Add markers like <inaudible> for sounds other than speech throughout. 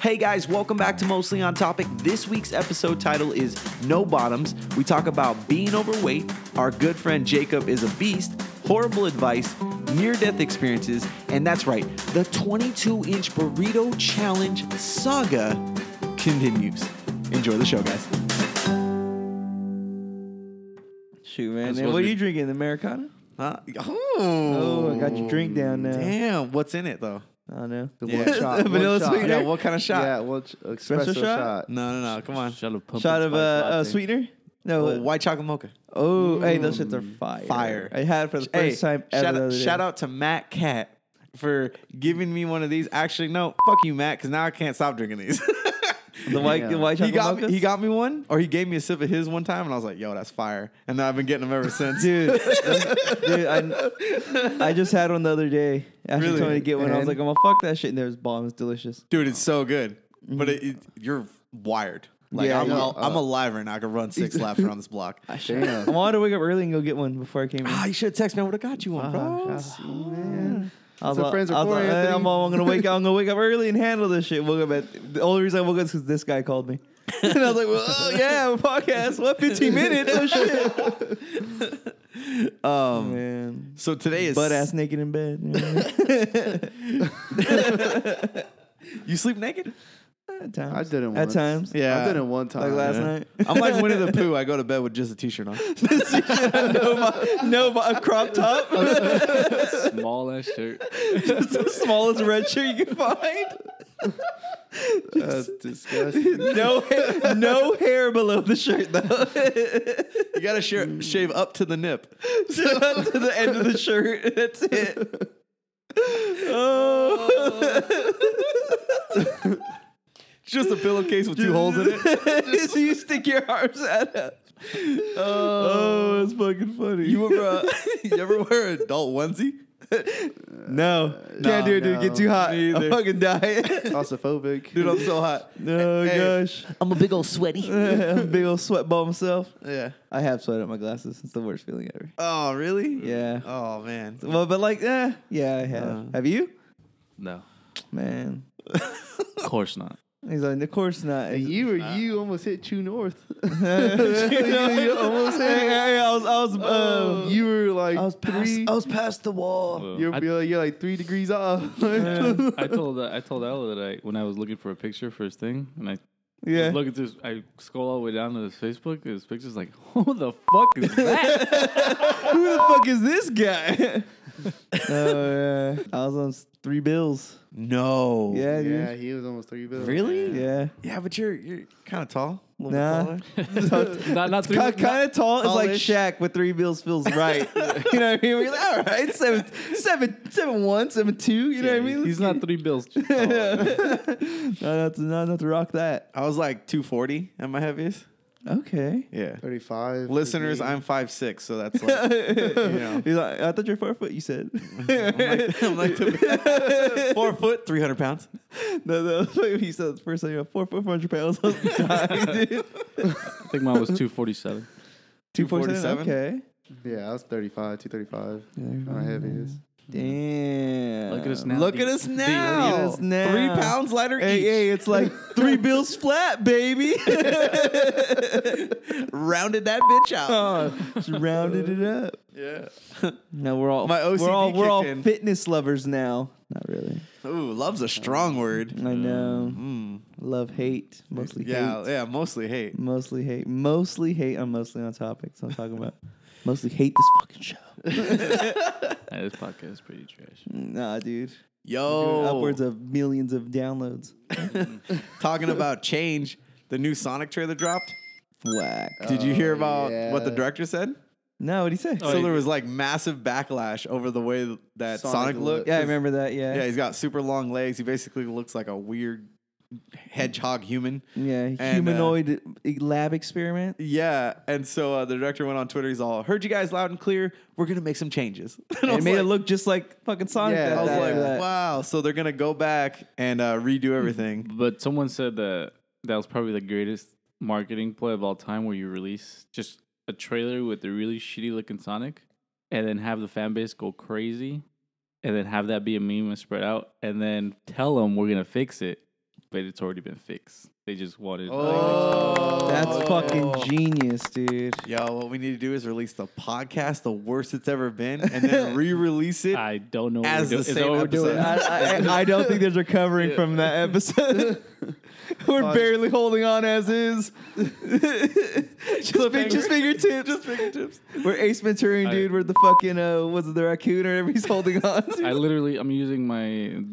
Hey guys, welcome back to Mostly on Topic. This week's episode title is No Bottoms. We talk about being overweight, our good friend Jacob is a beast, horrible advice, near death experiences, and that's right, the 22 inch burrito challenge saga continues. Enjoy the show, guys. Shoot, man. supposed And to what are be- you drinking? Americana? oh, Oh, I got your drink down now. Damn, what's in it though? I don't know. The one <laughs> shot. one Vanilla shot. sweetener? Yeah, what kind of shot? Yeah, one sh- espresso, Espresso shot? shot. Uh, No, no, Oh, no, come on. Shot of pumpkin Shot of uh, spice uh, latte. sweetener? No. Oh, uh, white chocolate mocha. Oh, hey, those shits are fire. Fire. I had it for the first Hey, time shout, ever. the out, other day. shout out to Matt Cat for giving me one of these. Actually, no, fuck you, Matt, because now I can't stop drinking these. <laughs> The white, Yeah. the white he chocolate got me, mochas? he got me one, or he gave me a sip of his one time, and I was like, "Yo, that's fire!" And then I've been getting them ever since. <laughs> Dude, dude I, I just had one the other day. Ashley Really? told me to get one. I was And- like, I'm gonna fuck that shit. And there's bomb. It's delicious. Dude, it's so good, but it, it- you're wired. Like Mm-hmm. Yeah, I'm, no, al- I'm alive right now. I could run <laughs> six laps around this block. I Damn. wanted to wake up early and go get one before I came in. Ah, you should have texted me. I would have got you one, bro. Uh-huh. See, man. I was That's what like- friends are I was for, like, hey, Anthony. I'm, all- I'm gonna wake up. I'm gonna wake up early and handle this shit. Woke up at the only reason I woke up is because this guy called me, <laughs> and I was like, well, oh, yeah, podcast. What, <laughs> 15 minutes? Oh shit, <laughs> Um, man. so today is Butt ass naked in bed. you <laughs> know? You sleep naked? At times. I did it At once. times. Yeah. I did it one time. Like last man. night. <laughs> I'm like Winnie the Pooh. I go to bed with just a t-shirt on. no, but- no, but a crop top, <laughs> <laughs> Small ass shirt. It's the smallest red shirt you can find. <laughs> That's disgusting. No, ha- no hair below the shirt though. You gotta Mm. share, shave up to the <laughs> nip. So up to the end of the shirt. That's it. Oh. <laughs> Just a pillowcase with two holes in it. <laughs> so you stick your arms out. Oh, oh that's fucking funny. You ever, uh, you ever wear an adult onesie? no, can't Nah, do it, dude. Get no. too hot. Me I'm either. fucking dying. Claustrophobic. Dude, I'm so hot. oh Hey. gosh, I'm a big old sweaty. <laughs> I'm a big old sweat ball myself. Yeah. I have sweat on my glasses. It's the worst feeling ever. Oh, really? Yeah. Oh man. Well, but like, eh, yeah, I have. Uh. have you? No, Man, of course not. he's like, of course not. And you <laughs> were you almost hit True North. you almost hit I was, I was, uh, you were like I was past, three. I was past the wall. Well, you're, I, you're, like, you're like three degrees off. <laughs> I told uh, I told Ella that I when I was looking for a picture for his thing, and I Yeah. look at this, I scroll all the way down to his Facebook. His picture's like, <laughs> who the fuck is that? Who the fuck is this guy? <laughs> oh yeah, I was on s- three bills. No. Yeah, yeah, dude. he was almost three bills. Really? Yeah. Yeah, but you're you're kind of tall. A little Nah. bit taller. not not three. Kind, not- of tall. It's like tallish. Shaq, but three bills feels right. you know what I mean? We're like, all right, seven, seven, seven one, seven two. You know what I mean? He's not three <laughs> bills. <laughs> not enough to, not enough to rock that. <laughs> I was like 240 at my heaviest. Okay. Yeah. Thirty-five. Listeners, 58. I'm five six, so <laughs> that's like you know. He's like, I thought you're four foot. You said. <laughs> <laughs> I'm like <laughs> two- <laughs> four foot, 300 pounds. no, no. <laughs> that's what He said the first time. You're four foot, four hundred pounds. <laughs> I was like, "Die, dude." I think mine was two forty seven. 247? Okay. Yeah, I was thirty-five, two thirty-five. How heavy is? <laughs> Damn. Look at us now. Uh, Look at us now. Look at us now. Three pounds lighter Hey, each. hey, it's like three bills flat, baby. <laughs> Rounded that bitch out. Oh, Just rounded it up. Yeah. <laughs> No, we're all My OCD we're all, we're all kicked in. fitness lovers now. Not really. <laughs> Ooh, love's a strong word. I know. Mm. Love, hate, mostly Yeah, hate, yeah, mostly hate. mostly hate, mostly hate. I'm mostly on topic, so I'm talking <laughs> about mostly hate this fucking show. this podcast is pretty trash. Nah, dude. Yo, Upwards of millions of downloads. <laughs> talking about change. The new Sonic trailer dropped. Whack. Did you hear about yeah. what the director said? No, what would he say? Oh, so he- there was like massive backlash over the way that Sonic, Sonic looked. looked. yeah, I remember that. Yeah, he's got super long legs. He basically looks like a weird hedgehog human. Yeah, uh, humanoid lab experiment. Yeah, and so uh, the director went on Twitter. He's all, "Heard you guys loud and clear. We're gonna make some changes." <laughs> And I And it was made like- it look just like fucking Sonic. Yeah, that, I was that- like, that. "Wow!" So they're gonna go back and uh, redo <laughs> everything. But someone said that that was probably the greatest marketing play of all time, where you release just a trailer with a really shitty looking Sonic, and then have the fan base go crazy, and then have that be a meme and spread out, and then tell them we're gonna fix it, but it's already been fixed. They just wanted. Oh, That's Oh. fucking genius, dude. Yo, what we need to do is release the podcast, the worst it's ever been, and <laughs> then re-release it. I don't know. what As the we're do- is that same what we're doing. episode. I, I, I don't think there's recovering from that episode. We're Fun. barely holding on as is. just, fi- just fingertips. Just fingertips. We're Ace Venturing, I- dude. We're the fucking, uh, was it the raccoon or whatever he's holding on to? I literally, I'm using my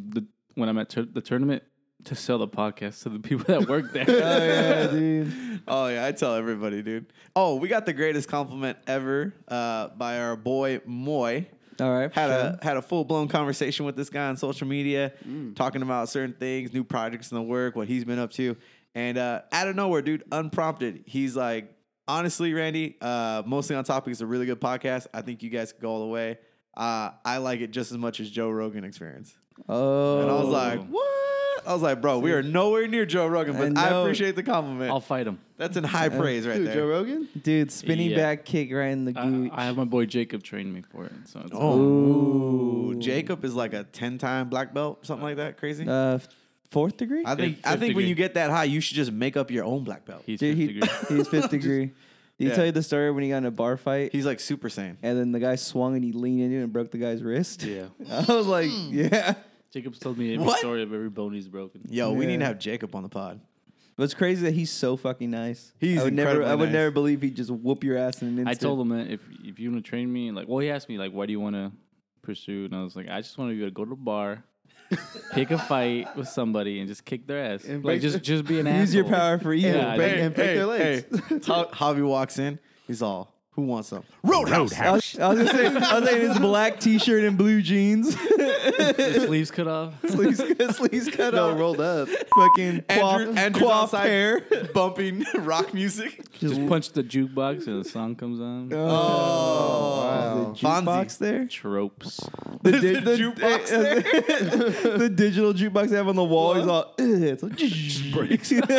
the when I'm at tur- the tournament to sell the podcast to the people that work there. oh, yeah, dude. Oh yeah, I tell everybody, dude. Oh, we got the greatest compliment ever uh, by our boy Moy. <laughs> All right. Had a had a full blown conversation with this guy on social media, Mm. talking about certain things, new projects in the work, what he's been up to, and uh, out of nowhere, dude, unprompted, he's like, honestly, Randy, uh, mostly on topic is a really good podcast. I think you guys could go all the way. Uh, I like it just as much as Joe Rogan Experience. Oh. And I was like, what? I was like, bro, we are nowhere near Joe Rogan, but I I, know. appreciate the compliment. I'll fight them. That's in high praise right Dude, Joe there. Rogan? Dude, spinning Yeah. back kick right in the I, gooch. I have my boy Jacob train me for it. So it's Oh, Ooh. Jacob is like a ten-time black belt, something like that. Crazy. uh, fourth degree? I think fifth I think when degree. you get that high, you should just make up your own black belt. he's Dude, fifth he, <laughs> degree. he's fifth degree. Did he Yeah. tell you the story when he got in a bar fight? He's like Super Saiyan. and then the guy swung and he leaned into it and broke the guy's wrist. Yeah, <laughs> I was like, yeah. Jacob's told me every What? story of every bone he's broken. Yo, we need to Yeah. have Jacob on the pod. But it's crazy that he's so fucking nice. He's I would never incredibly I would nice. never believe he'd just whoop your ass in an instant. I told him that if if you want to train me, like, well, he asked me like, why do you want to pursue? And I was like, I just want you to go to a bar, pick a fight with somebody, and just kick their ass. And like, break just their- just be an <laughs> Use your asshole. power for evil. Yeah, I baby. think- and break their legs. <laughs> hey. Ja- Javi walks in. He's all, "Who wants some Roadhouse?" <laughs> I was, I was gonna say, I was saying his black T-shirt and blue jeans, <laughs> His sleeves cut off. sleeves, sleeves cut No, off, rolled up. fucking Andrew, quaff, Andrew's quaff outside hair. <laughs> bumping rock music. Just punch the jukebox and the song comes on. Oh, wow. The jukebox there, Tropes. the, There's di- a the- jukebox eh, <laughs> the digital jukebox they have on the wall is all. "Ugh," <laughs> it's like just breaks. <laughs>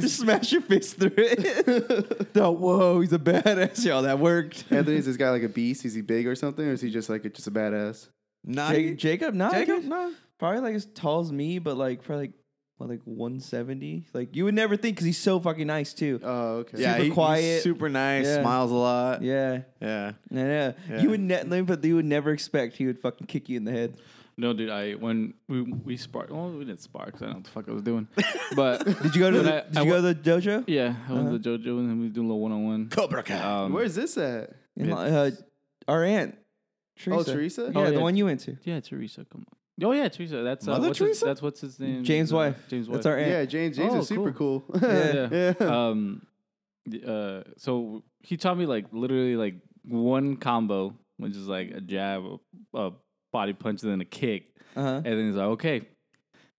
just smash your fist through it. <laughs> oh, whoa, he's a badass, y'all. That worked. Anthony, is this guy like a beast? Is he big or something? Or is he just like a, just a badass? Nah, Ja- he- Jacob, not Jacob, nah. probably like as tall as me, but like probably like, what, like 170. Like you would never think because he's so fucking nice too. Oh, okay. Yeah, Super he- he's quiet. super nice, Yeah. smiles a lot. Yeah, yeah. yeah, yeah. Yeah. You would ne- like, but you would never expect he would fucking kick you in the head. No, dude, I when we we sparked. Well, we didn't spark. 'cause I don't know what the fuck I was doing. But <laughs> Did you go to when the, I- Did I you wa- go to the dojo? Yeah, I went to the Uh-huh. JoJo and then we do a little Um, one on one. Cobra Kai. Um, Where is this at? In Lo- uh, our aunt. Teresa. Oh, Teresa? Yeah, Oh, the yeah. one you went to. Yeah, Teresa. Come on. Oh yeah, Teresa. That's uh, Mother what's His, Teresa? that's what's his name. James' Uh, wife. James' wife. That's our Yeah, aunt. James. James Oh, is super cool. <laughs> Yeah. <laughs> yeah. Um, the, uh, so he taught me like literally like one combo, which is like a jab, a, a body punch, and then a kick. Uh-huh. And then he's like, okay,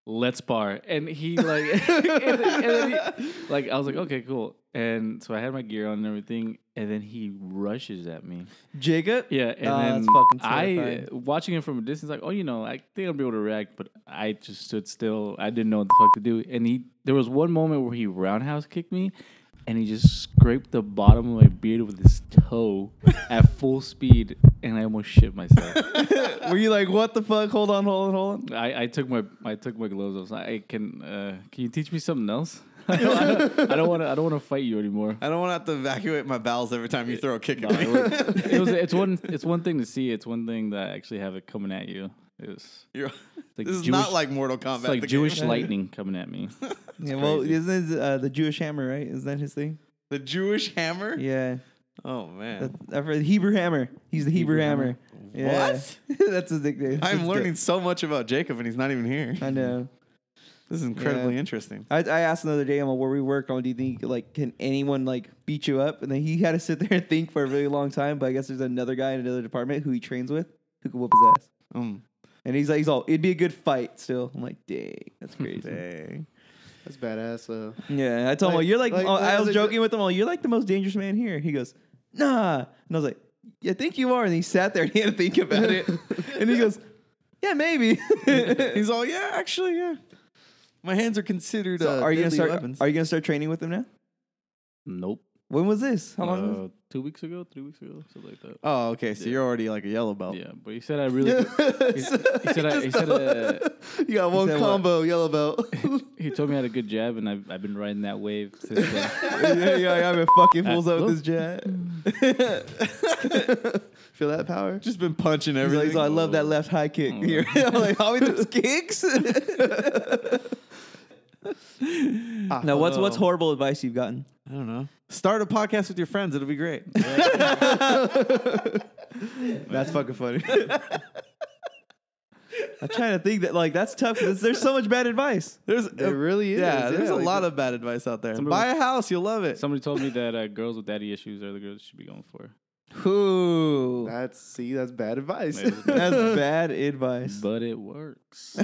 let's bar. And he <laughs> like, and then, and then he, like I was like, okay, cool. And so I had my gear on and everything, and then he rushes at me. Jacob. Yeah, and Oh, then that's fucking I uh, terrifying. watching it from a distance, like, oh, you know, I think I'll be able to react, but I just stood still. I didn't know what the fuck to do. And he, there was one moment where he roundhouse kicked me, and he just scraped the bottom of my beard with his toe at full speed, and I almost shit myself. <laughs> Were you like, what the fuck? Hold on, hold on, hold on. I, I took my I took my gloves off. I can uh, can you teach me something else? <laughs> I don't- I don't want to I don't want to fight you anymore. I don't want to have to evacuate my bowels every time you throw a kick at It me. was, it was- it's one it's one thing to see. It's one thing that actually have it coming at you. It was You're- like this is Jewish- not like Mortal Kombat. It's like the Jewish game. lightning coming at me. Yeah, well, crazy. isn't it, uh, the Jewish hammer, right? Isn't that his thing? The Jewish hammer? Yeah. Oh, man. That, I've heard Hebrew hammer. He's the Hebrew, Hebrew hammer. What? Yeah. <laughs> That's his nickname. It's I'm dope. learning so much about Jacob, and he's not even here. I know. This is incredibly Yeah. interesting. I, I asked another day, I'm like, where we work on, do you think, like, can anyone, like, beat you up? And then he had to sit <laughs> there and think for a really long time. But I guess there's another guy in another department who he trains with who can whoop his ass. Um, And he's like, he's all, it'd be a good fight still. I'm like, dang, that's crazy. dang. That's badass, uh, though. yeah, I told him, Like- well, you're like, like, oh, I yeah, was like- joking with him, well, you're like the most dangerous man here. He goes, nah. And I was like, yeah, I think you are. And he sat there and he had to think about it. and he goes, yeah, maybe. He's all, yeah, actually, yeah. My hands are considered. So uh, are you gonna deadly start? Weapons. Are you gonna start training with him now? Nope. When was this? How long? was Uh, two weeks ago, three weeks ago, something like that. Oh, okay. So you're already like a yellow belt. Yeah, but he said I really. good- he, he said I, he said uh, You got one said what? combo, yellow belt. <laughs> he told me I had a good jab, and I've I've been riding that wave since. Then. <laughs> yeah, yeah. I've been fucking fools up Uh, with this jet. Feel that power? Just been punching everything. so I love that left high kick. Here, I'm <laughs> like, how we those kicks? now, what's what's horrible advice you've gotten? I don't know. Start a podcast with your friends. It'll be great. That's fucking funny. I'm trying to think that like that's tough. 'cause There's so much bad advice. There's, there really is. uh, Yeah, there's a like, lot of bad advice out there. Somebody Buy a house, you'll love <laughs> it. Somebody told me that uh, girls with daddy issues are the girls you should be going for. Ooh, <laughs> That's see, that's bad advice. <laughs> that's <laughs> bad advice. But it works.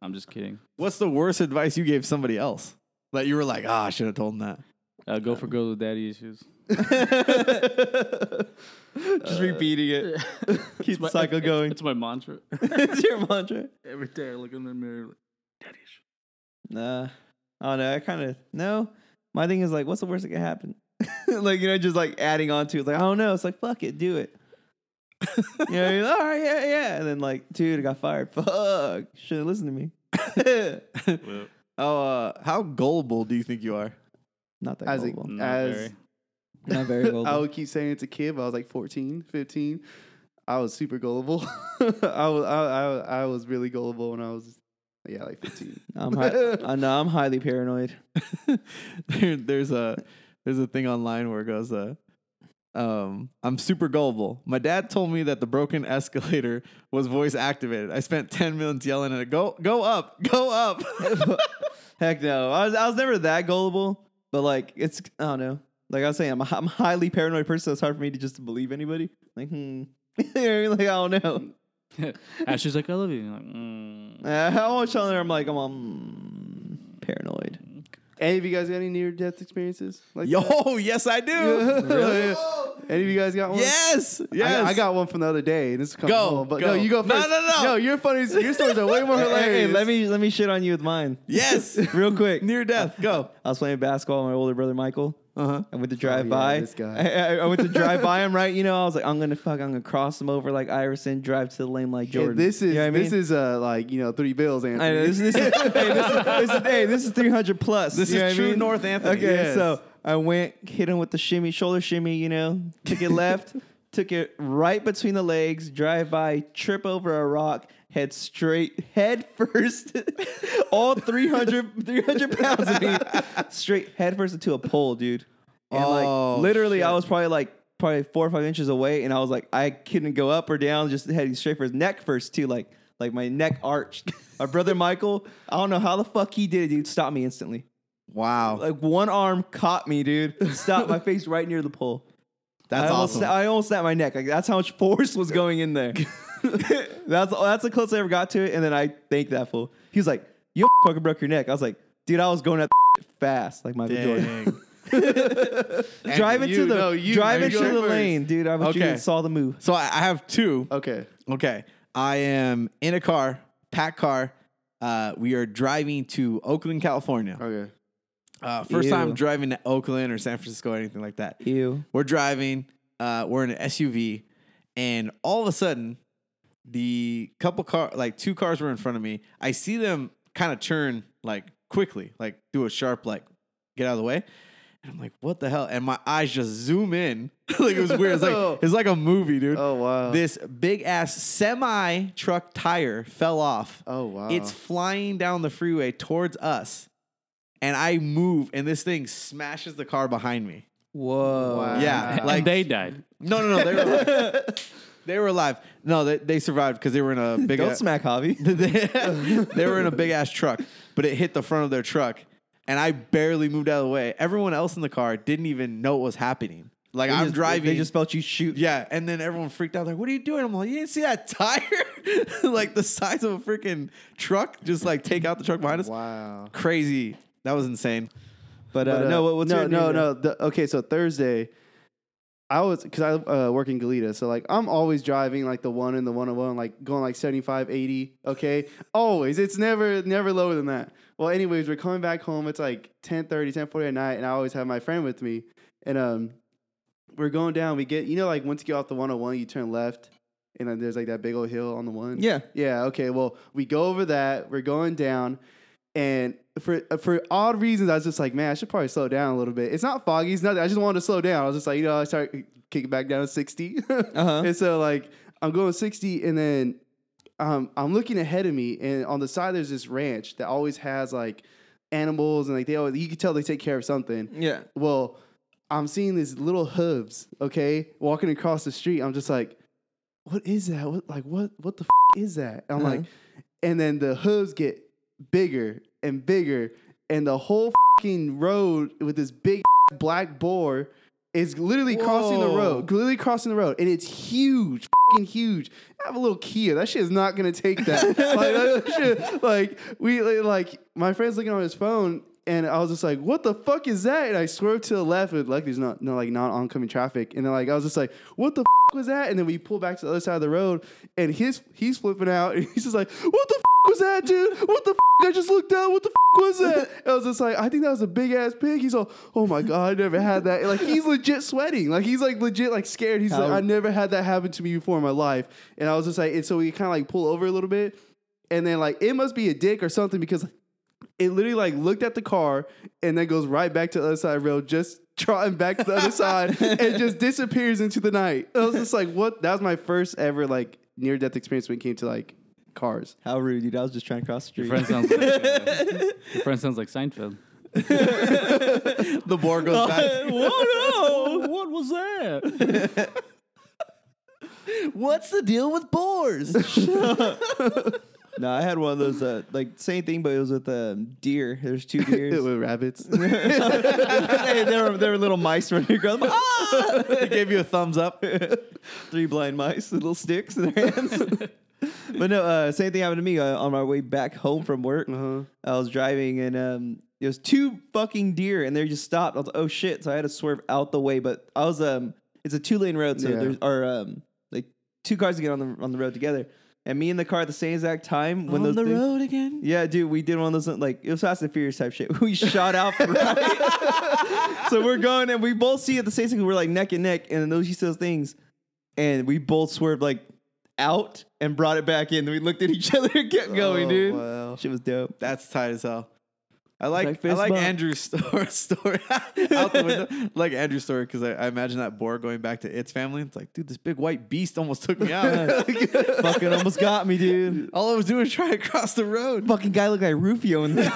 I'm just kidding. What's the worst advice you gave somebody else that you were like, ah, I should have told them <laughs> that? Uh, go for girls with daddy issues. <laughs> Just <laughs> repeating it. <laughs> Keep the my- <laughs> cycle going. It's my mantra. It's your mantra. Every day I look in the mirror, like, daddy issues. Nah. Oh no, I kind of no. My thing is like, what's the worst that could happen? <laughs> like you know, just like adding on to it. Like I don't know. It's like fuck it, do <laughs> it. you know, you're like, all right, yeah, yeah. And then like, dude, I got fired. Fuck, should have <laughs> listened to me. Oh, uh, how gullible do you think you are? Not that As a- gullible. Not As- very. Not <laughs> very I gullible. would keep saying it's a kid, but I was like 14, 15. I was super gullible. <laughs> I was I, I I was really gullible when I was yeah, like 15. I'm <laughs> hi- I know I'm highly paranoid. there, there's a there's a thing online where it goes uh um I'm super gullible. My dad told me that the broken <laughs> escalator was voice activated. I spent 10 minutes yelling at it. Go go up. Go up. <laughs> Heck no. I was, I was never that gullible, but like, it's, I don't know. Like I was saying, I'm a, hi- I'm a highly paranoid person, so it's hard for me to just believe anybody. Like, hmm. <laughs> You know what I mean? like, I don't know. <laughs> Ashley's like, I love you. And I'm like, mm, Uh, I always tell her, I'm like, I'm um, paranoid. Any of you guys got any near death experiences? Like that? Yo, Oh, yes I do. Really? Any of you guys got one? Yes. I got- Yes. I, got one from the other day. And this is coming Go, home, but go. no, you go No, first. no, no. No, your funny. Your stories are way more <laughs> Hey, hilarious. hey, let me let me shit on you with mine. Yes. Real quick. Near death. Go. I was playing basketball with my older brother Michael. Uh-huh. I went to drive yeah, by. this guy. I, I, I went to drive by him, right? You know, I was like, I'm gonna fuck, I'm gonna cross him over like Iverson, drive to the lane like Hey, Jordan. this is You know what I mean? this is uh like you know three bills, Anthony. I know, this, this, is, <laughs> hey, this, is, this is hey, this is 300 plus. This you know is what I true mean? North Anthony. Okay, Yes. so I went, hit him with the shimmy, shoulder shimmy, you know, took it <laughs> left, took it right between the legs, drive by, trip over a rock, head straight, head <laughs> first, all 300, 300 pounds of me, straight head first into a pole, dude. And Oh, like, literally, I was probably like, probably four or five inches away, and I was like, I couldn't go up or down, just heading straight for his neck first, too. Like, like my neck arched. <laughs> My brother Michael, I don't know how the fuck he did it, dude. Stopped me instantly. Wow. Like one arm caught me, dude. Stopped my face right near the pole. That's I almost, awesome. I almost snapped my neck. Like that's how much force was going in there. <laughs> that's that's the close I ever got to it. And then I thanked that fool. He was like, "You <laughs> fucking broke your neck." I was like, "Dude, I was going at <laughs> the fast, like Michael Jordan, Dang. <laughs> driving to you, the no, you- driving you to go the first. lane, dude." I was Okay. okay. saw the move. So I, I have two. okay. Okay. I am in a car, packed car. Uh, we are driving to Oakland, California. Okay. Uh, first time Ew. driving to Oakland or San Francisco or anything like that. Ew. We're driving, uh, we're in an SUV, and all of a sudden, the couple car, like two cars were in front of me. I see them kind of turn like quickly, like do a sharp, like get out of the way. And I'm like, what the hell? And my eyes just zoom in. <laughs> like it was weird. It's like it's like a movie, dude Oh wow. this big ass semi truck tire fell off. Oh wow. It's Uh-huh. flying down the freeway towards us. And I move, and this thing smashes the car behind me. Whoa. Wow. Yeah, Ah. and like they died. no, no, no. They were alive. <laughs> they were alive. No, they, they survived because they were in a big. Don't ass- smack Javi. they, <laughs> they were in a big ass truck, but it hit the front of their truck, and I barely moved out of the way. Everyone else in the car didn't even know what was happening. Like They I'm just- driving. They just felt you shoot. Yeah, and then everyone freaked out. Like, what are you doing? I'm like, you didn't see that tire, <laughs> like the size of a freaking truck, just like take out the truck behind us. wow. Crazy. That was insane. But, uh, But, uh, no, what, what's no, your no, name? no. The- okay, so Thursday, I was because I uh, work in Galita, so like I'm always driving like the one and the 101, like going like 75, 80. Okay, always. It's never never lower than that. Well, anyways, we're coming back home. It's like 10:30, 10:40 at night, and I always have my friend with me, and um, we're going down. We get you know like once you get off the 101, you turn left, and then there's like that big old hill on the one. Yeah. yeah. Okay. Well, we go over that. We're going down, and for for odd reasons, I was just like, man, I should probably slow down a little bit. It's not foggy. It's nothing. I just wanted to slow down. I was just like, you know, I started kicking back down to 60 Uh-huh. <laughs> and so like I'm going sixty, and then um, I'm looking ahead of me, and on the side there's this ranch that always has like animals, and like they always you can tell they take care of something. Yeah. Well, I'm seeing these little hooves, okay, walking across the street. I'm just like, what is that? What like what what the f- is that? And I'm like, and then the hooves get bigger and bigger, and the whole fucking road with this big black boar is literally crossing the Whoa. road, literally crossing the road, and it's huge, fucking huge. I have a little Kia. That shit is not gonna take that. like, that shit- like, we like my friend's looking on his phone. And I was just like, "What the fuck is that?" And I swerved to the left, and luckily there's not no like non oncoming traffic. And then like I was just like, "What the fuck was that?" And then we pull back to the other side of the road, and his he's flipping out, <laughs> and he's just like, "What the fuck was that, dude? What the fuck? I just looked down. What the fuck was that?" And I was just like, "I think that was a big ass pig." He's all, "Oh my god, I never had that." And, like he's legit sweating, like he's like legit like scared. He's like, "I never had that happen to me before in my life." And I was just like, and so we kind of like pull over a little bit, and then like it must be a dick or something because it literally like looked at the car and then goes right back to the other side of the road, just trotting back to the other side and <laughs> just disappears into the night. I was just like, what? That was my first ever like near death experience when it came to like cars. How rude, dude. I was just trying to cross the Your friend street. sounds like, uh, <laughs> your friend sounds like Seinfeld. <laughs> the board <laughs> goes back. Oh, what was that? What's the deal with boars? <laughs> no, I had one of those, uh, like, same thing, but it was with um, deer. There's <laughs> two It deers. was <laughs> rabbits. hey, there were there were little mice running <laughs> across. Ah! They gave you a thumbs up. Three blind mice, with little sticks in their hands. but no, uh, same thing happened to me uh, on my way back home from work. Uh-huh. I was driving and um, there was two fucking deer and they just stopped. I was like, oh shit! So I had to swerve out the way. But I was um, it's a two lane road, so Yeah. there's are um like two cars to get on the on the road together. And me and the car at the same exact time when those things- again. yeah, dude, we did one of those like it was Fast and Furious type shit. <laughs> We shot out from right. <laughs> so we're going and we both see at the same time we're like neck and neck, and then those you see those things, and we both swerved like out and brought it back in. Then we looked at each <laughs> other and kept going, Oh, dude. wow. Shit was dope. That's tight as hell. I like, like I fist like bump. Andrew's story, <laughs> story out the window. I like Andrew's story because I, I imagine that boar going back to its family. It's like, dude, this big white beast almost took me <laughs> out. Fucking almost got me, dude. All I was doing was trying to cross the road. <laughs> Fucking guy looked like Rufio in the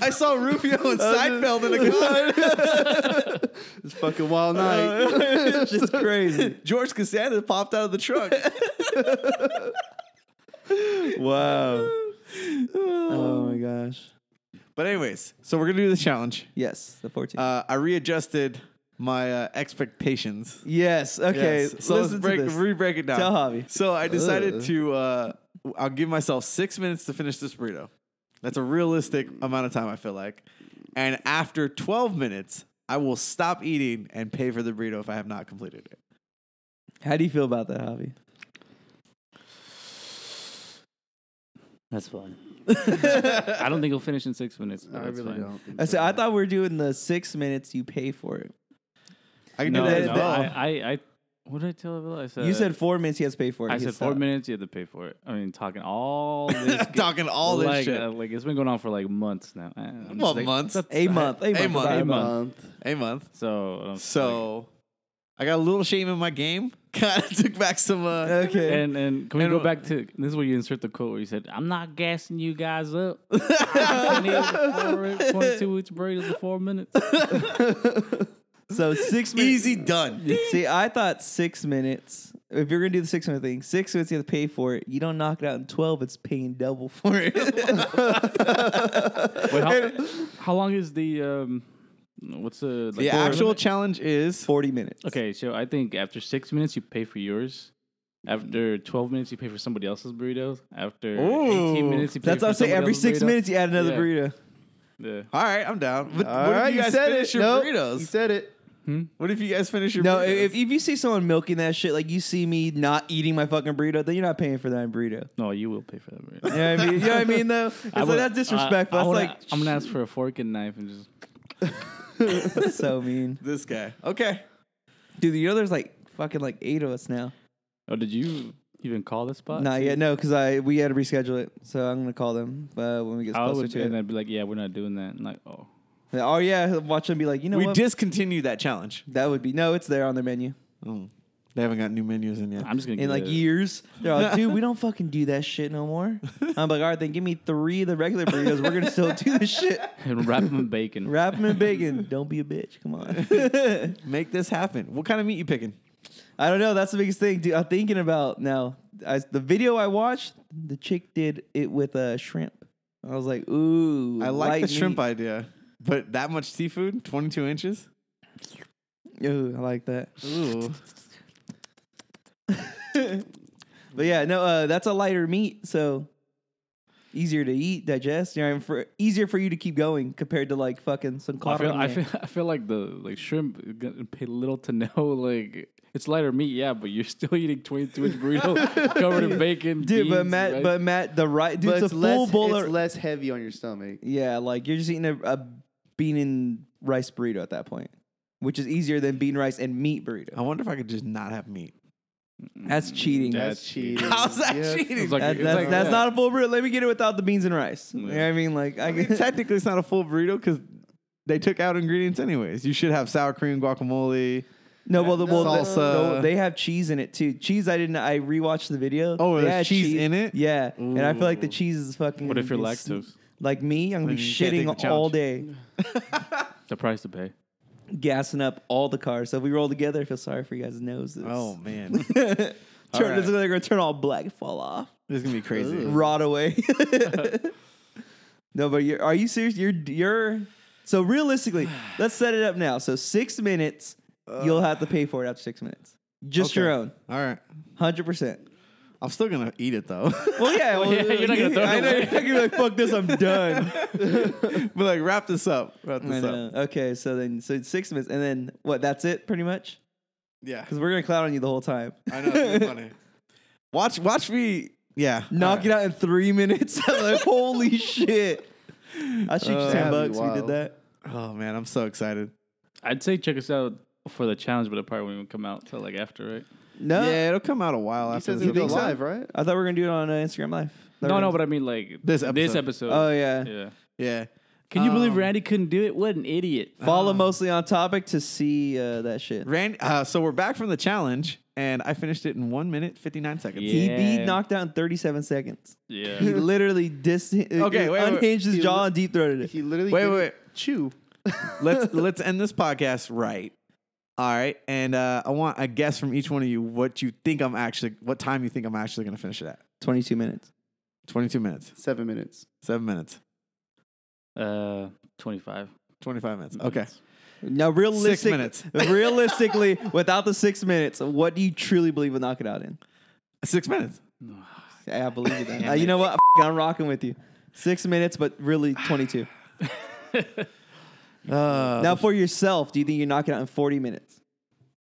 I saw Rufio and Seinfeld in a car. It's fucking wild <laughs> night. It's <laughs> just crazy. George Cassandra popped out of the truck. Wow. Oh my gosh. But anyways, so we're gonna do the challenge. Yes, the 14th. Uh, I readjusted my uh, expectations. yes. Okay. Yes. So let's listen to break, this. re-break it down. Tell Javi. So I decided Ugh. to. Uh, I'll give myself six minutes to finish this burrito. That's a realistic amount of time. I feel like, and after twelve minutes, I will stop eating and pay for the burrito if I have not completed it. How do you feel about that, Javi? That's fun. I don't think he'll finish in six minutes. But I that's really fine. don't. think I so. said I thought we were doing the six minutes you pay for it. I can No, do that. no, that- <laughs> I, I, I, what did I tell Avila? I said you said four minutes he has to pay for it. Uh, I He said has to four stop. minutes. You had to pay for it. I mean, talking <laughs> all this, talking all this like, shit. uh, like it's been going on for like months now. I- I'm just Well, like- months. A month. A month. A month. about A month. month. a month. So, um, So I got a little shame in my game. <laughs> Kind of took back some. Uh, like- Okay. and and can we And go uh, wh- back to this is where you insert the quote where you said, "I'm not gassing you guys <laughs> up." Twenty-two weeks burritos in four minutes. so six minutes. easy done. <laughs> See, I thought six minutes. If you're gonna do the six minute thing, six minutes you have to pay for it. You don't knock it out in twelve. It's paying double for it. <laughs> Wait, how, how long is the um? What's the like The four actual minute? challenge is Forty minutes. Okay, so I think after six minutes you pay for yours. After twelve minutes you pay for somebody else's burritos. After eighteen Ooh. minutes you pay That's for what I'm saying. somebody Every else's six burrito. minutes you add another Yeah. burrito. Yeah. all right. I'm down. But All what right, if you guys said finish it. your Nope, burritos? You said it. What if you guys finish your No, burritos? if, if you see someone milking that shit, like you see me not eating my fucking burrito, then you're not paying for that burrito. No, you will pay for that. <laughs> Right? You know what I mean? You know what I mean, though? It's I like, would- that's disrespectful. I- I That's would- like, I'm gonna ask for a fork and knife and just. that's so mean. <laughs> this guy. Okay. Dude, you know there's like fucking like eight of us now. Oh, did you even call the spot? Not yet, no, because I we had to reschedule it. So I'm gonna call them uh, when we get I closer would, to it. and I'd be like, yeah, we're not doing that. And like, oh, oh yeah, watch them be like, you know we what? discontinued that challenge. that would be no, it's there on their menu. Oh, they haven't got new menus in yet. I'm <laughs> just gonna in get like a- years. They're like, dude, <laughs> we don't fucking do that shit no more. I'm like, all right, then give me three of the regular burritos. We're gonna still do this <laughs> shit. <laughs> and wrap them in bacon. <laughs> Wrap them in bacon. Don't be a bitch. Come on. Make this happen. What kind of meat you picking? I don't know. That's the biggest thing, dude. I'm thinking about now. I, the video I watched, the chick did it with a uh, shrimp. I was like, ooh, I like light the shrimp meat. idea, but that much seafood, 22 inches. Ooh, I like that. Ooh, But yeah, no, uh, that's a lighter meat, so easier to eat, digest. You know, and for easier for you to keep going compared to like fucking some. I feel, I carne. feel, I feel like the like shrimp is gonna pay little to no. <laughs> Like it's lighter meat, yeah, but you're still <laughs> eating 22 inch <laughs> burrito covered in bacon. <laughs> Dude, but beans, Matt, rice. but Matt, the right, dude, but it's, it's a full less, bowl it's of less heavy on your stomach. yeah, like you're just eating a, a bean and rice burrito at that point, which is easier than bean rice and meat burrito. I wonder if I could just not have meat. That's cheating. Mm, That's That's, cheating. <laughs> How's that Yeah. cheating? It's like- that, it's that's, like that's that. not a full burrito. Let me get it without the beans and rice. You know what I mean? Like I I mean, get technically, it's not a full burrito because they took out ingredients anyways. You should have sour cream, guacamole. no. Well, the well, the- Salsa. no, they have cheese in it too. Cheese. I didn't. I rewatched the video. Oh, They there's had cheese in it? Yeah, and I feel like the Ooh. cheese is fucking. what if you're gonna be s- lactose? Like me, I'm gonna Then be you can't take the shitting all challenge. day, The price to pay. gassing up all the cars. So if we roll together, I feel sorry for you guys' noses. Oh <laughs> man, turn, All right. It's like gonna turn all black, and fall off, this is gonna be crazy. Ugh. rot away. <laughs> no, but you're, are you serious? You're you're so realistically. let's set it up now. So six minutes, you'll have to pay for it after six minutes. Just your Okay. own, All right, hundred percent. I'm still gonna eat it <laughs> though. Well, yeah, well, yeah, you're not gonna throw it I know, away. You're not gonna <laughs> be like, "Fuck this, I'm done." but like, wrap this up. Wrap I this up. know. Okay, so then, so it's six minutes, and then what? That's it, pretty much. Yeah, Because we're gonna clown on you the whole time. <laughs> I know. <laughs> It's gonna be funny. Watch, watch me. Yeah, Knock it out in three minutes. <laughs> I'm like, holy shit! I shoot you Uh, ten that'd bucks. be We did wild. that. Oh man, I'm so excited. I'd say check us out for the challenge, but it probably won't even come out till like after, right? No, yeah, it'll come out a while He after says this. it'll go think so? live, right? I thought we were gonna do it on uh, Instagram Live. Thought No, we no, were but I mean like This This episode. episode. gonna- oh yeah. yeah. Yeah. Can you believe Um, Randy couldn't do it? What an idiot! <laughs> Follow mostly on topic to see uh, that shit. Randy, uh, so we're back from the challenge, and I finished it in one minute fifty nine seconds. Yeah. TB knocked out in 37 seconds. <laughs> He Yeah. literally dis- uh, Okay, wait, wait. unhinged his He jaw li- and deep throated it. He literally Wait, did wait, chew. let's <laughs> let's end this podcast right. All right, and uh, I want a guess from each one of you what you think I'm actually, what time you think I'm actually going to finish it at. 22 minutes. Twenty two minutes, Seven minutes. seven minutes, Uh, twenty five. twenty five minutes. Okay, Now, realistic, six minutes, <laughs> realistically, without the six minutes, what do you truly believe will knock it out in? six minutes. Yeah, I believe you that. Damn Uh, you it. know what? F- I'm rocking with you. Six minutes, but really 22. Uh, now, for yourself, do you think you knock it out in 40 minutes?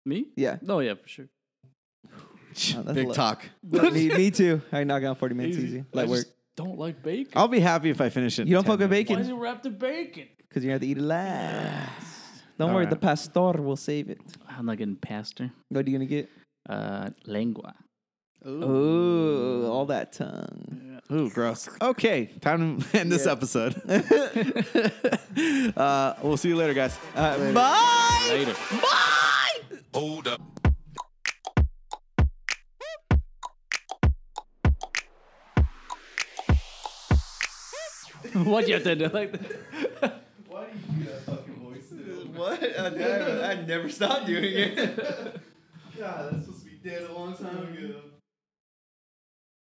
Me? Yeah. No, yeah, for sure. Oh, that's big low. talk. me, me too. I knock it out in 40 minutes easy. I Like work. just Don't like bacon. I'll be happy if I finish it. in You don't 10 fuck with minutes. Why is bacon it wrapped in bacon? because you have to eat it last. Don't All worry, right. the pastor will save it. I'm not getting pastor. What are you gonna get? Uh, lengua. Ooh, all that tongue. Ooh, gross. Okay, time to <laughs> end this episode. uh, we'll see you later, guys. Uh, bye. Later. Hold up. <laughs> what you have to do like that? What? I, I never stopped doing it. God, that's supposed to be dead a long time ago.